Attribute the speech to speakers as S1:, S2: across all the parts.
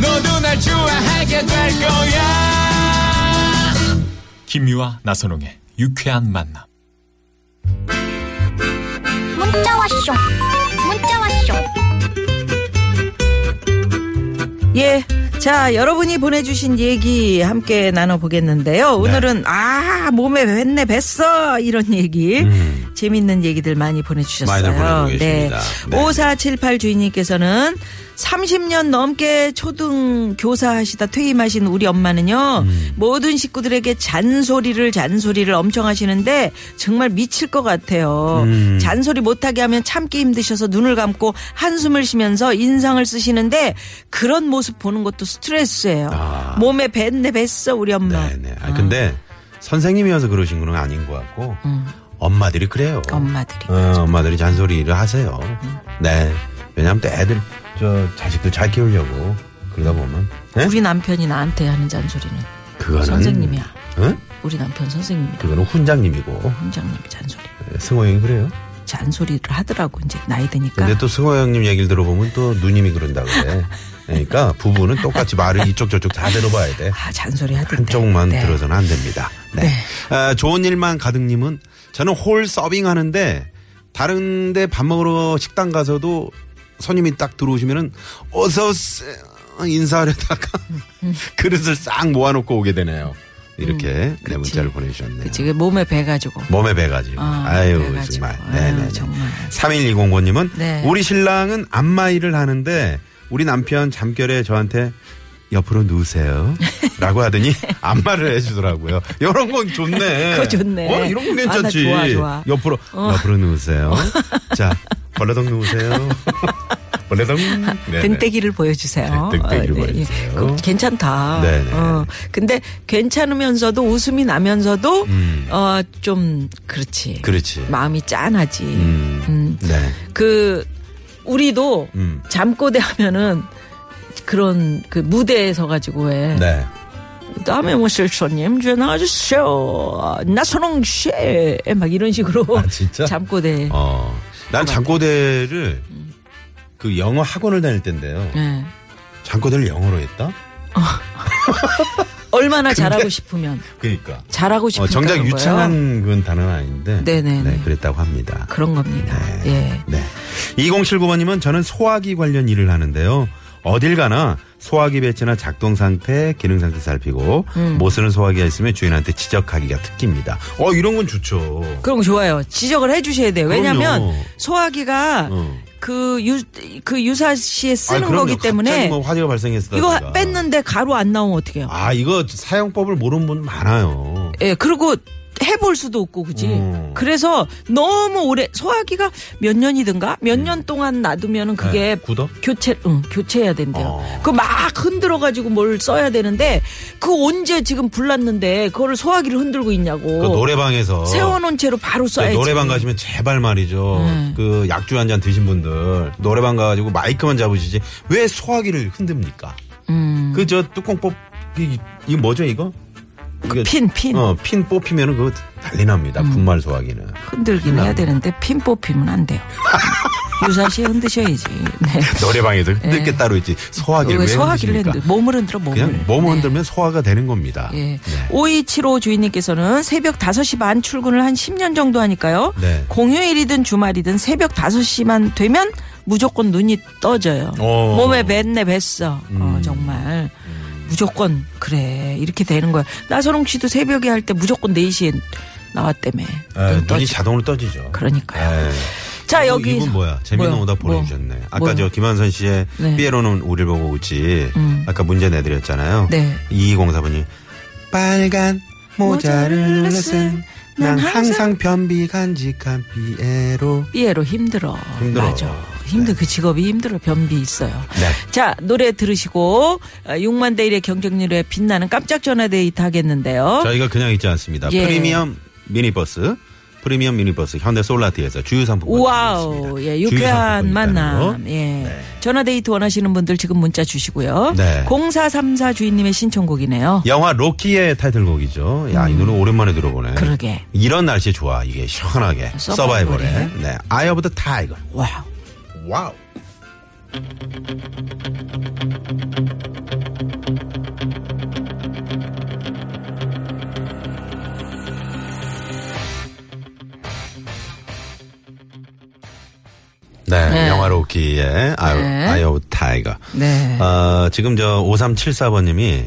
S1: 너도 날 좋아하게 될 거야
S2: 김미화 나선홍의 유쾌한 만남.
S3: 문자 왔쇼 문자 왔쇼
S4: 예. 자, 여러분이 보내주신 얘기 함께 나눠보겠는데요.
S5: 네.
S4: 오늘은, 아, 몸에 뱄네, 뱄어. 이런 얘기. 재밌는 얘기들 많이 보내주셨어요.
S5: 음. 많이들 보내고 계십니다. 네.
S4: 5478 주인님께서는 30년 넘게 초등 교사하시다 퇴임하신 우리 엄마는요.
S5: 음.
S4: 모든 식구들에게 잔소리를 잔소리를 엄청 하시는데 정말 미칠 것 같아요.
S5: 음.
S4: 잔소리 못하게 하면 참기 힘드셔서 눈을 감고 한숨을 쉬면서 인상을 쓰시는데 그런 모습 보는 것도 스트레스예요. 몸에 뱄네 뱄어 우리 엄마.
S5: 아. 네네. 아, 근데 선생님이어서 그러신 건 아닌 것 같고 엄마들이 그래요.
S4: 음. 아, 엄마들이.
S5: 어, 엄마들이 잔소리를 하세요. 네. 왜냐하면 또 애들 저 자식들 잘 키우려고 그러다 보면 네?
S4: 우리 남편이 나한테 하는 잔소리는
S5: 그거는
S4: 선생님이야.
S5: 응?
S4: 우리 남편 선생님이랑
S5: 그거는 훈장님이고 네,
S4: 원장님 잔소리.
S5: 승호 형이 그래요.
S4: 잔소리를 하더라고 이제 나이 드니까.
S5: 근데 또 승호 형님 얘기를 들어보면 또 누님이 그런다 그래. 그러니까 부부는 똑같이 말을 이쪽 저쪽 다 들어봐야 돼.
S4: 아 잔소리 하던데.
S5: 한쪽만
S4: 네.
S5: 들어서는 안 됩니다. 네. 아, 좋은 일만 가득님은 저는 홀 서빙 하는데 다른데 밥 먹으러 식당 가서도 손님이 딱 들어오시면은 어서 오세요 인사하려다가 그릇을 싹 모아놓고 오게 되네요. 이렇게 네 문자를 보내주셨네요.
S4: 음, 그치, 그 몸에 배가지고.
S5: 몸에 배가지고.
S4: 아,
S5: 아유,
S4: 배가지고.
S5: 정말.
S4: 아유,
S5: 네네.
S4: 정말.
S5: 3120고님은
S4: 네.
S5: 우리 신랑은 안마의를 하는데 우리 남편 잠결에 저한테 옆으로 누우세요. 라고 하더니 안마를 해주더라고요. 이런 건 좋네.
S4: 그거 좋네.
S5: 어, 이런 건 괜찮지.
S4: 아, 나 좋아, 좋아.
S5: 옆으로, 옆으로 누우세요. 자, 벌레덩 누우세요. 벌레덩. 네네.
S4: 등대기를 보여주세요.
S5: 네,
S4: 어,
S5: 등대기를
S4: 네, 예.
S5: 보여주세요.
S4: 그거 괜찮다.
S5: 네네.
S4: 어, 근데 괜찮으면서도 웃음이 나면서도 어, 좀 그렇지.
S5: 그렇지.
S4: 마음이 짠하지.
S5: 음.
S4: 음.
S5: 네.
S4: 그 우리도
S5: 음.
S4: 잠꼬대 하면은 그런 그 무대에 서 가지고 왜
S5: 네.
S4: 다음에 뭐 모실 손님 좀 나와주세요. 나선홍 씨. 예, 막 이런 식으로.
S5: 아, 진짜?
S4: 잠꼬대.
S5: 어. 난 잠꼬대를 그 영어 학원을 다닐 때인데요.
S4: 예.
S5: 잠꼬대를 영어로 했다?
S4: 얼마나 잘하고 싶으면.
S5: 그러니까.
S4: 잘하고 싶으면.
S5: 어, 정작
S4: 그런 거예요.
S5: 유창한 그건 단어는 아닌데.
S4: 네네네.
S5: 네, 그랬다고 합니다.
S4: 그런 겁니다. 예.
S5: 네. 2079번님은 저는 소화기 관련 일을 하는데요. 어딜 가나 소화기 배치나 작동 상태, 기능 상태 살피고
S4: 음.
S5: 못 쓰는 소화기가 있으면 주인한테 지적하기가 특기입니다. 어, 이런 건 좋죠.
S4: 그런 거 좋아요. 지적을 해 주셔야 돼요. 왜냐면
S5: 그럼요.
S4: 소화기가
S5: 어.
S4: 그 유, 그 유사시에
S5: 아니,
S4: 쓰는
S5: 그럼요.
S4: 거기 때문에
S5: 갑자기 뭐 화재가 발생했다.
S4: 이거 뺐는데 가루 안 나오면 어떡해요.
S5: 아, 이거 사용법을 모르는 분 많아요.
S4: 예, 그리고 해볼 수도 없고 그지.
S5: 음.
S4: 그래서 너무 오래 소화기가 몇 년이든가 몇 년 동안 놔두면은 그게
S5: 음. 네, 굳어?
S4: 교체, 응, 교체해야 된대요.
S5: 어.
S4: 그 막 흔들어가지고 뭘 써야 되는데 그 언제 지금 불났는데 그거를 소화기를 흔들고 있냐고.
S5: 그 노래방에서
S4: 세워놓은 채로 바로
S5: 그
S4: 써야지.
S5: 노래방 가시면 제발 말이죠.
S4: 네.
S5: 그 약주 한 잔 드신 분들 노래방 가가지고 마이크만 잡으시지 왜 소화기를 흔듭니까?
S4: 음.
S5: 그 저 뚜껑 뽑 이- 이거 뭐죠 이거? 이거-
S4: 그 핀, 핀. 음.
S5: 어, 핀 뽑히면은 그거 난리 납니다. 분말 소화기는.
S4: 아, 흔들긴 해야 되는데 핀 뽑히면 안 돼요. 유사시에 흔드셔야지. 네.
S5: 노래방에서 흔들 게 따로 있지. 소화기를 왜
S4: 왜 소화기를
S5: 흔드십니까?
S4: 흔들, 몸을 흔들어 몸을.
S5: 그냥 몸 흔들면 소화가 되는 겁니다. 네.
S4: 예. 5275 주인님께서는 새벽 5시 반 출근을 한 10년 정도 하니까요.
S5: 네.
S4: 공휴일이든 주말이든 새벽 5시만 되면 무조건 눈이 떠져요.
S5: 어. 음.
S4: 몸에 뱄네 뱄어. 어, 정말. 무조건 그래 이렇게 되는 거야. 나선홍 씨도 새벽에 할 때 무조건 4시에 나왔다며.
S5: 에,
S4: 눈
S5: 아, 어, 눈이
S4: 떠지-
S5: 자동으로 떠지죠.
S4: 그러니까요.
S5: 에.
S4: 자
S5: 어,
S4: 아, 여기
S5: 이분 뭐야? 재밌는
S4: 뭐야?
S5: 오답
S4: 뭐?
S5: 보내주셨네. 아까
S4: 뭐야?
S5: 저 김한선 씨의
S4: 네.
S5: 삐에로는 우릴 보고 웃지.
S4: 음.
S5: 아까 문제 내드렸잖아요.
S4: 네.
S5: 2204번이 빨간 모자를
S4: 모자를
S5: 쓴
S4: 쓴
S5: 난
S4: 난
S5: 항상 변비 간직한 삐에로.
S4: 삐에로 힘들어.
S5: 힘들어.
S4: 맞아. 힘든 그 직업이 힘들어 변비 있어요.
S5: 네.
S4: 자 노래 들으시고 6만 대 1의 경쟁률에 빛나는 깜짝 전화 데이트 하겠는데요.
S5: 저희가 그냥 있지 않습니다.
S4: 어? 예.
S5: 프리미엄 미니버스, 프리미엄 미니버스 현대 솔라티에서 주유상품권
S4: 와우,
S5: 드리겠습니다.
S4: 예,
S5: 주유상품권
S4: 유쾌한
S5: 있다는
S4: 만남.
S5: 거.
S4: 예. 전화 데이트 원하시는 분들 지금 문자 주시고요.
S5: 네. 예.
S4: 0434 주인님의 신청곡이네요.
S5: 영화 로키의 타이틀곡이죠. 야, 이 노래 오랜만에 들어보네.
S4: 그러게.
S5: 이런 날씨 좋아. 이게 시원하게.
S4: 예. 서바이벌에.
S5: 서바이벌에. 네. 아이 오브 더 타이거.
S4: 와우.
S5: 와우. 네,
S4: 네.
S5: 영화 로키의 아이,
S4: 네.
S5: 아이 오브 타이거.
S4: 네.
S5: 어, 지금 저 5374번님이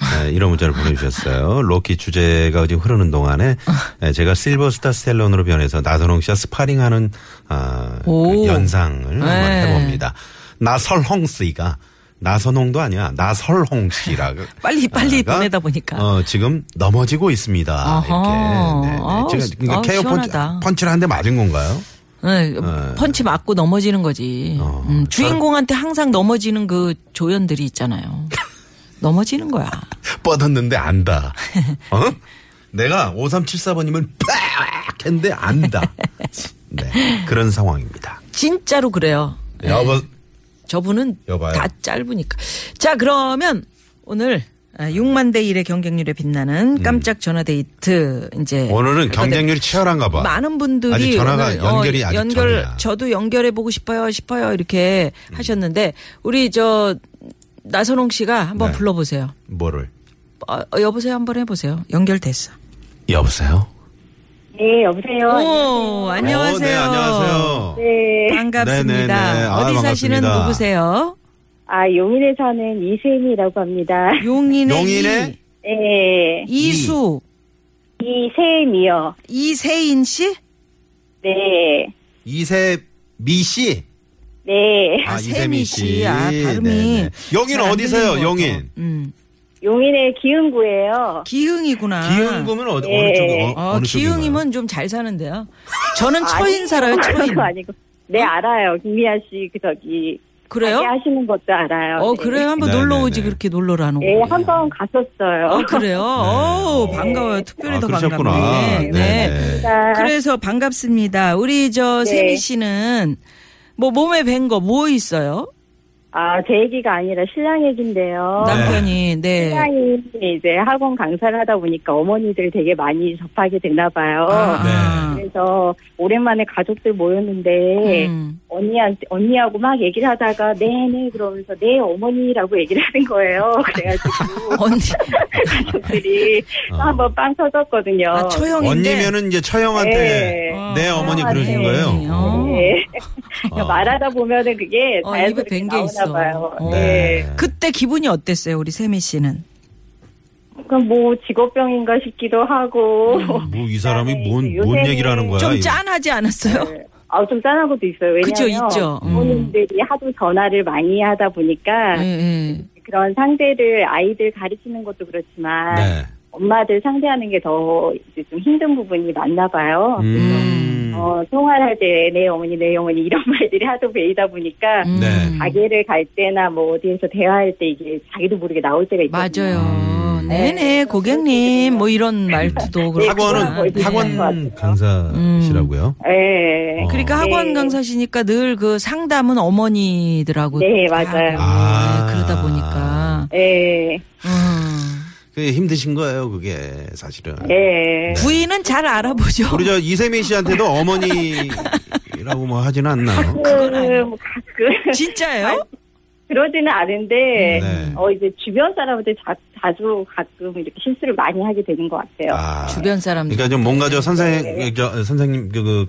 S5: 네, 이런 문자를 보내주셨어요. 로키 주제가 지금 흐르는 동안에 네, 제가 실버스타 스텔론으로 변해서 나선홍 씨와 스파링하는 아, 그
S4: 오.
S5: 연상을 한번
S4: 네.
S5: 해봅니다. 나설홍 씨가 나선홍도 아니야 나설홍 씨라고.
S4: 빨리, 빨리
S5: 가,
S4: 보내다 보니까.
S5: 어, 지금 넘어지고 있습니다.
S4: 아하.
S5: 이렇게. 네, 네.
S4: 아우,
S5: 지금 이거
S4: 아우,
S5: 케어 펀치,
S4: 시원하다.
S5: 펀치를 한 대 맞은 건가요?
S4: 네, 펀치 맞고 넘어지는 거지.
S5: 어,
S4: 음, 주인공한테 항상 넘어지는 그 조연들이 있잖아요. 넘어지는 거야.
S5: 뻗었는데 안다. 어? 내가 5374번님을 팍! 했는데 안다. 네. 그런 상황입니다.
S4: 진짜로 그래요.
S5: 여보,
S4: 저분은
S5: 네. 여봐요.
S4: 다 짧으니까. 자, 그러면 오늘 6만 대 1의 경쟁률에 빛나는 깜짝 전화 데이트 이제
S5: 음. 오늘은
S4: 할 건데
S5: 경쟁률이 치열한가 봐.
S4: 네. 많은 분들이
S5: 아직 전화가
S4: 오늘, 어,
S5: 연결이 아직
S4: 연결
S5: 전이야. 음.
S4: 저도 연결해 보고 싶어요 싶어요 이렇게 하셨는데 우리 저 나선홍 씨가 한번
S5: 네.
S4: 불러보세요.
S5: 뭐를?
S4: 어, 어, 여보세요 한번 해보세요. 연결됐어.
S5: 여보세요?
S6: 네, 여보세요.
S4: 오 어, 안녕하세요.
S5: 어, 네, 안녕하세요.
S6: 네.
S4: 반갑습니다.
S5: 네네네. 아,
S4: 어디 사시는
S5: 반갑습니다.
S4: 누구세요?
S6: 아, 용인에 사는 이세미라고 합니다.
S4: 용인의, 네.
S5: 용인의
S6: 네.
S4: 이, 이수
S6: 이세미요.
S4: 이세인 씨?
S6: 네.
S5: 이세미 씨.
S6: 네.
S4: 아, 세미 씨. 아, 발음이
S5: 네네. 용인
S4: 잘안
S5: 어디세요,
S4: 들리는 것
S5: 용인?
S4: 음.
S6: 용인의 기흥구예요.
S4: 기흥이구나.
S5: 기흥구면 어디,
S6: 예.
S5: 어느 쪽이, 어,
S4: 어,
S5: 어느 쪽인가요?
S4: 기흥이면 좀 잘 사는데요. 저는 초인 살아요, 초인. 어?
S6: 그거 아니고. 네, 알아요. 김미아 씨, 그, 저기.
S4: 그래요?
S6: 가게 하시는 것도 알아요.
S4: 어,
S6: 네.
S4: 그래요? 한번
S5: 네네네. 네.
S4: 놀러 오지 그렇게 놀러를 안 오고.
S6: 네, 한 번 갔었어요.
S4: 어, 그래요? 어우, 반가워요. 특별히
S5: 아,
S4: 더
S5: 그러셨구나.
S4: 반갑네. 네. 그래서 반갑습니다. 우리 저
S6: 아. 네.
S4: 세미 씨는 뭐 몸에 뵌 거 뭐 있어요?
S6: 아, 제 얘기가 아니라 신랑 얘긴데요.
S5: 네.
S4: 남편이 네.
S6: 신랑이 이제 학원 강사를 하다 보니까 어머니들 되게 많이 접하게 되나 봐요.
S4: 아,
S5: 네.
S6: 그래서 오랜만에 가족들 모였는데
S4: 음.
S6: 언니한테 언니하고 막 얘기를 하다가 네네 그러면서 네 어머니라고 얘기를 하는 거예요. 그래가지고
S4: 언니,
S6: 가족들이
S5: 어.
S6: 한번 빵 터졌거든요.
S4: 아, 초형인데.
S5: 아, 뭐 언니면은 이제 처형한테
S6: 네.
S5: 내 어머니 그러신
S4: 언니,
S5: 거예요.
S4: 어.
S6: 네.
S5: 어.
S6: 말하다 보면은 그게
S4: 어, 입에
S6: 자연스럽게
S4: 밴게
S6: 나오나
S4: 있어.
S6: 봐요.
S4: 어.
S6: 네.
S4: 그때 기분이 어땠어요, 우리 세미 씨는?
S6: 그럼 뭐 직업병인가 싶기도 하고.
S4: 음.
S5: 뭐 이 사람이 뭔,
S6: 요새는
S5: 뭔 얘기를 하는 거야?
S4: 아, 좀
S5: 이거.
S4: 짠하지 않았어요?
S6: 아, 좀 짠한 것도 있어요.
S4: 그죠,
S6: 왜냐하면
S4: 있죠. 음.
S6: 부모님들이 하도 전화를 많이 하다
S4: 예,
S6: 보니까
S4: 예.
S6: 그런 상대를 아이들 가르치는 것도 그렇지만
S5: 네.
S6: 엄마들 상대하는 게 더 이제 좀 힘든 부분이 많나
S4: 아.
S6: 봐요.
S5: 음.
S6: 어, 통화를 할 때 내 어머니, 내 어머니 이런 말들이 하도 배이다 보니까
S4: 음.
S5: 네.
S6: 가게를 갈 때나 뭐 어디에서 대화할 때 이게 자기도 모르게 나올 때가 있거든요.
S4: 맞아요. 네네, 고객님. 뭐 이런 말투도 그렇고.
S5: 음. 학원은
S6: 네.
S5: 학원
S4: 음.
S5: 강사시라고요.
S6: 예.
S5: 어.
S4: 그러니까 학원 강사시니까 늘 그 상담은 어머니들하고.
S6: 네,
S4: 다
S6: 맞아요.
S4: 하고,
S5: 아.
S4: 네, 그러다 보니까.
S6: 예.
S4: 음.
S5: 그게 힘드신 거예요, 그게 사실은.
S4: 네.
S6: 예.
S4: 부인은 잘 알아보죠.
S5: 우리 저 이세민 씨한테도 어머니라고 뭐 하진
S4: 그,
S5: 않나요?
S6: 가끔, 그, 가끔.
S4: 진짜예요?
S6: 그러지는 않은데,
S5: 네.
S6: 어, 이제 주변 사람한테 자, 자주 가끔 이렇게 실수를 많이 하게 되는 것 같아요.
S5: 아.
S4: 주변 사람들.
S5: 그러니까 좀 뭔가 저 선생 저 선생님 그, 그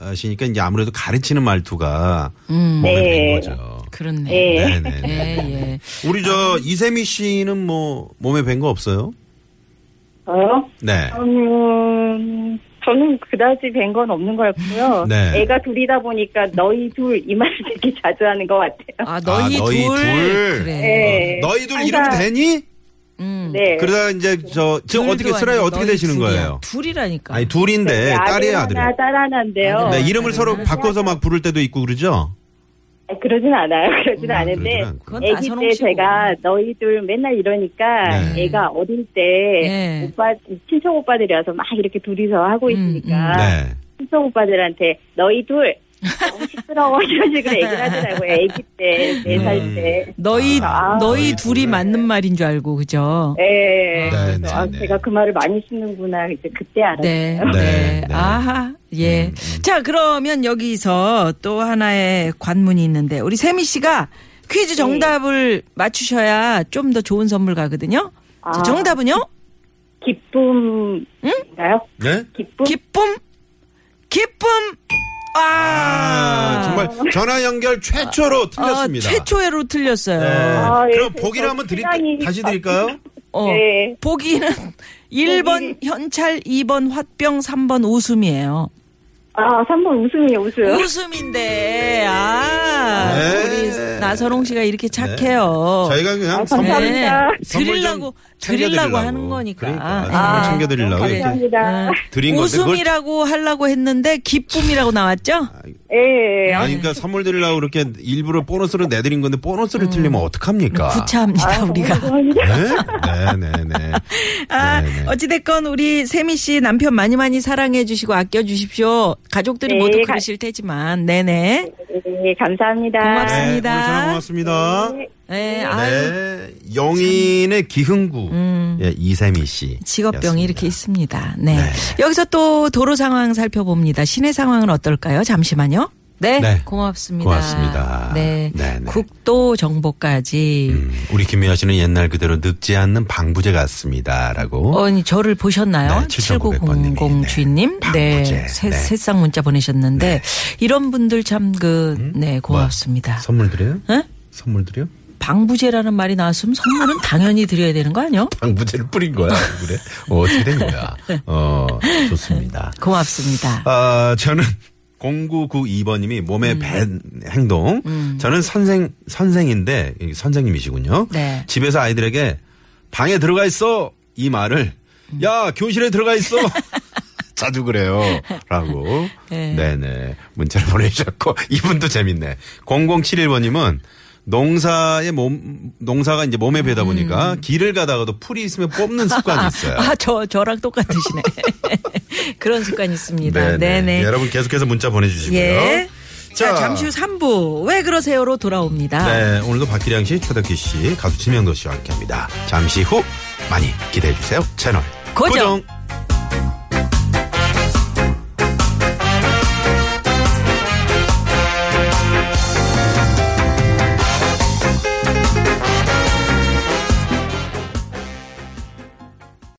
S5: 강사시니까 이제 아무래도 가르치는 말투가
S4: 음.
S5: 몸에 밴
S6: 네.
S5: 거죠.
S4: 그렇네.
S6: 예.
S5: 네, 네,
S4: 예,
S5: 네.
S4: 예.
S5: 우리 저 이세미 씨는 뭐 몸에 밴 거 없어요?
S6: 저요?
S5: 네.
S6: 어, 음, 저는 그다지 뵌 건 없는 것 같고요.
S5: 네.
S6: 애가 둘이다 보니까 너희 둘 이 말을 되게 자주 하는 것 같아요.
S4: 아, 너희,
S5: 너희
S4: 둘.
S5: 둘.
S4: 그래.
S6: 네.
S5: 어, 너희들
S6: 항상-
S5: 이렇게 되니?
S4: 음.
S6: 네.
S5: 그러다 이제 저 지금
S4: 둘도
S5: 어떻게 쓰라요
S4: 아니고
S5: 어떻게
S4: 너희
S5: 되시는
S4: 둘이야. 그러니까.
S5: 거예요?
S4: 둘이라니까.
S5: 아니 둘인데
S6: 네,
S5: 딸이에요
S6: 아들 하나,
S5: 아들이에요.
S6: 딸 하나인데요.
S5: 네 이름을 서로 바꿔서 막 부를 때도 있고 그러죠.
S6: 아, 그러진 않아요. 그러진 않은데.
S5: 음, 그러진 않고.
S4: 그건
S6: 아기
S4: 나선홍
S6: 때
S4: 씨고.
S6: 제가 너희들 맨날 이러니까
S5: 네.
S6: 애가 어릴 때
S4: 네.
S6: 오빠 친척 오빠들이 와서 막 이렇게 둘이서 하고
S4: 음,
S6: 있으니까
S5: 네.
S6: 친척 오빠들한테 너희 둘 너무 시끄러워 이런 식으로 얘기를 하더라고요. 애기 때, 네 살
S5: 음.
S6: 때.
S4: 너희
S6: 아,
S4: 너희
S5: 너희
S4: 둘이
S5: 둘이.
S4: 맞는 말인 줄 알고 그죠?
S6: 예.
S5: 네, 네,
S6: 아,
S5: 네.
S6: 제가 그 말을 많이 쓰는구나 이제 그때 알았어요.
S4: 네, 네,
S5: 네, 음, 네.
S4: 아하, 예. 자, 그러면 여기서 또 하나의 관문이 있는데 우리 세미 씨가
S6: 네.
S4: 퀴즈 정답을 맞추셔야 좀 더 좋은 선물 가거든요. 자,
S6: 아.
S4: 정답은요?
S6: 기쁨인가요?
S5: 네?
S6: 기쁨?
S4: 기쁨, 기쁨. 아,
S5: 아, 정말 전화 연결 최초로 틀렸습니다. 네.
S4: 아, 최초회로 틀렸어요.
S6: 아, 예,
S5: 그럼
S6: 그-
S5: 보기를
S6: 그
S5: 한번 드릴
S6: 시간이-
S5: 다시 드릴까요?
S4: 어.
S6: 네.
S4: 보기는 1번 현찰, 2번 화병, 3번 웃음이에요.
S6: 아, 3번 웃음이에요, 웃음.
S4: 웃음인데, 아,
S5: 네.
S4: 우리 나선홍 씨가 이렇게 착해요.
S5: 저희가 그냥 선물
S6: 아, 감사합니다.
S5: 선물 좀
S4: 어. 네. 드리려고, 드리려고
S5: 챙겨드리려고.
S4: 하는 거니까.
S5: 그러니까 선물
S4: 아,
S5: 챙겨드리려고
S4: 그래.
S5: 이렇게
S6: 감사합니다.
S5: 드린 건데 그걸-
S4: 네. 웃음이라고 하려고 했는데, 기쁨이라고 나왔죠?
S6: 예.
S5: 아니 그러니까 선물 드리려고 그렇게 일부러 보너스로 내드린 건데 보너스를
S4: 음.
S5: 틀리면 어떡합니까?
S6: 아,
S4: 부차합니다, 우리가.
S5: 네, 네, 네. 네.
S4: 아,
S5: 네, 네.
S4: 어찌됐건 우리 세미 씨 남편 많이 많이 사랑해 주시고 아껴 주십시오. 가족들이
S6: 네,
S4: 모두
S6: 가-
S4: 그러실 테지만, 네네.
S6: 예, 감사합니다.
S4: 고맙습니다.
S5: 네, 오늘 전화 고맙습니다.
S4: 네, 아유, 음.
S5: 네, 영인의 기흥구 예, 이세미 씨.
S4: 직업병이 이렇게 있습니다. 네.
S5: 네.
S4: 여기서 또 도로 상황 살펴봅니다. 시내 상황은 어떨까요? 잠시만요. 네.
S5: 네.
S4: 고맙습니다.
S5: 고맙습니다.
S4: 네.
S5: 네, 네.
S4: 국도 정보까지.
S5: 음, 우리 김미아 씨는 옛날 그대로 늙지 않는 방부제 같습니다라고.
S4: 어, 아니, 저를 보셨나요?
S5: 네, 7900 번님이,
S4: 7900
S5: 네.
S4: 주인님.
S5: 방부제,
S4: 네. 새,
S5: 네.
S4: 새싹 문자 보내셨는데 이런 분들 참 그,
S5: 음? 뭐,
S4: 네, 고맙습니다.
S5: 선물 드려요?
S4: 응?
S5: 선물 드려? 요
S4: 방부제라는 말이 나왔으면 선물은 당연히 드려야 되는 거 아니요?
S5: 방부제를 뿌린 거야 얼굴에. 어, 어떻게 된 거야? 어, 좋습니다.
S4: 고맙습니다.
S5: 아, 저는 0992번님이 몸에
S4: 음.
S5: 밴 행동. 저는 선생, 선생인데, 이 선생님이시군요.
S4: 네.
S5: 집에서 아이들에게 방에 들어가 있어! 이 말을,
S4: 음.
S5: 야, 교실에 들어가 있어! 자주 그래요. 라고.
S4: 네.
S5: 네. 네 문자를 보내주셨고, 이분도 재밌네. 0071번님은 농사에 몸, 농사가 이제 몸에 배다 보니까
S4: 음.
S5: 길을 가다가도 풀이 있으면 뽑는 습관이 있어요.
S4: 아, 저, 저랑 똑같으시네. 그런 습관이 있습니다. 네네.
S5: 여러분 계속해서 문자 보내주시고요.
S4: 예. 자,
S5: 자.
S4: 잠시 후 3부. 왜 그러세요로 돌아옵니다.
S5: 네, 오늘도 박기량 씨, 최덕기 씨, 가수 지명도 씨와 함께합니다. 잠시 후 많이 기대해 주세요. 채널
S4: 고정.
S5: 고정.